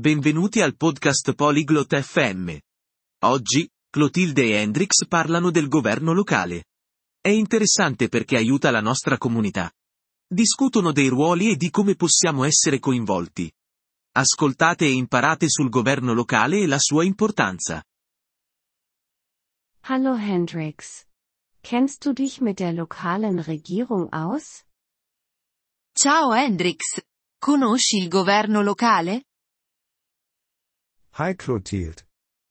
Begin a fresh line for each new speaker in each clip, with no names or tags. Benvenuti al podcast Polyglot FM. Oggi, Clotilde e Hendrix parlano del governo locale. È interessante perché aiuta la nostra comunità. Discutono dei ruoli e di come possiamo essere coinvolti. Ascoltate e imparate sul governo locale e la sua importanza.
Hallo Hendrix. Kennst du dich mit der lokalen Regierung aus?
Ciao Hendrix. Conosci il governo locale?
Hi Clotilde.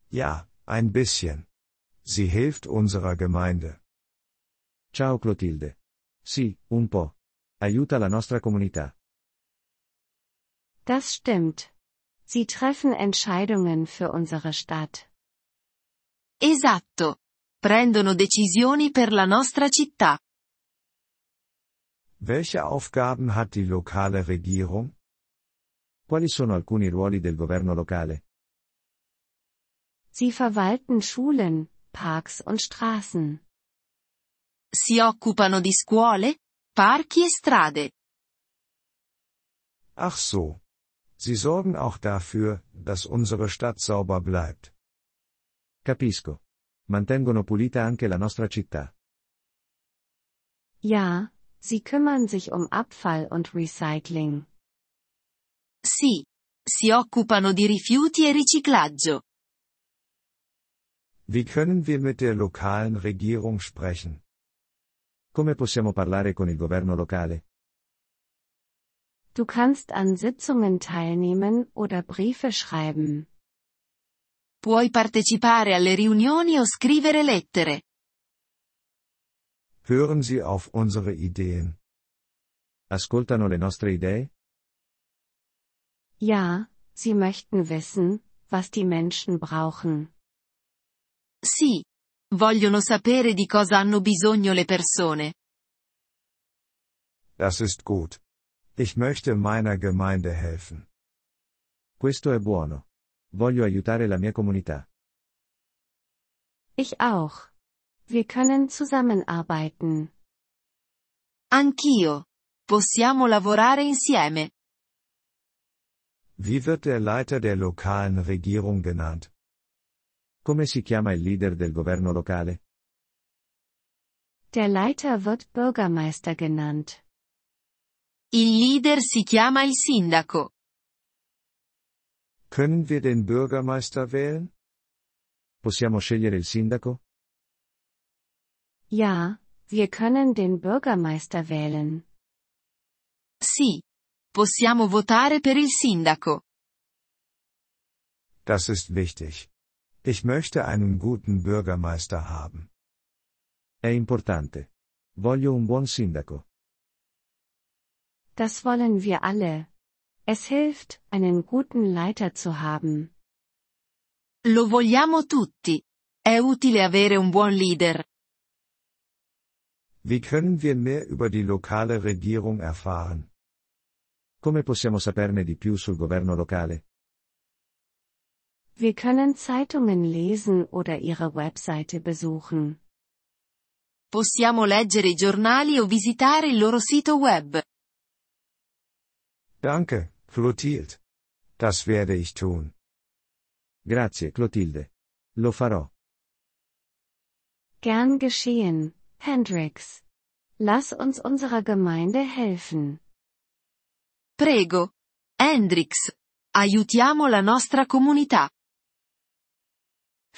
Ja, ein bisschen. Sie hilft unserer Gemeinde.
Ciao Clotilde. Sì, un po'. Aiuta la nostra comunità.
Das stimmt. Sie treffen Entscheidungen für unsere Stadt.
Esatto. Prendono decisioni per la nostra città.
Welche Aufgaben hat die lokale Regierung?
Quali sono alcuni ruoli del governo locale?
Sie verwalten Schulen, Parks und Straßen.
Si occupano di scuole, parchi e strade.
Ach so. Sie sorgen auch dafür, dass unsere Stadt sauber bleibt.
Capisco. Mantengono pulita anche la nostra città.
Ja, sie kümmern sich um Abfall und Recycling.
Sì. Si occupano di rifiuti e riciclaggio.
Wie können wir mit der lokalen Regierung sprechen?
Come possiamo parlare con il governo locale?
Du kannst an Sitzungen teilnehmen oder Briefe schreiben.
Puoi partecipare alle riunioni o scrivere lettere.
Hören Sie auf unsere Ideen.
Ascoltano le nostre idee?
Ja, sie möchten wissen, was die Menschen brauchen.
Sì. Vogliono sapere di cosa hanno bisogno le persone.
Das ist gut. Ich möchte meiner Gemeinde helfen.
Questo è buono. Voglio aiutare la mia comunità.
Ich auch. Wir können zusammenarbeiten.
Anch'io. Possiamo lavorare insieme.
Wie wird der Leiter der lokalen Regierung genannt?
Come si chiama il leader del governo locale?
Der Leiter wird Bürgermeister genannt.
Il leader si chiama il sindaco.
Können wir den Bürgermeister wählen?
Possiamo scegliere il sindaco?
Ja, wir können den Bürgermeister wählen.
Sì. Possiamo votare per il sindaco.
Das ist wichtig. Ich möchte einen guten Bürgermeister haben.
È importante. Voglio un buon sindaco.
Das wollen wir alle. Es hilft, einen guten Leiter zu haben.
Lo vogliamo tutti. È utile avere un buon leader.
Wie können wir mehr über die lokale Regierung erfahren?
Come possiamo saperne di più sul governo locale?
Wir können Zeitungen lesen oder ihre Webseite besuchen.
Possiamo leggere i giornali o visitare il loro sito web.
Danke, Clotilde. Das werde ich tun.
Grazie, Clotilde. Lo farò.
Gern geschehen, Hendrix. Lass uns unserer Gemeinde helfen.
Prego. Hendrix. Aiutiamo la nostra comunità.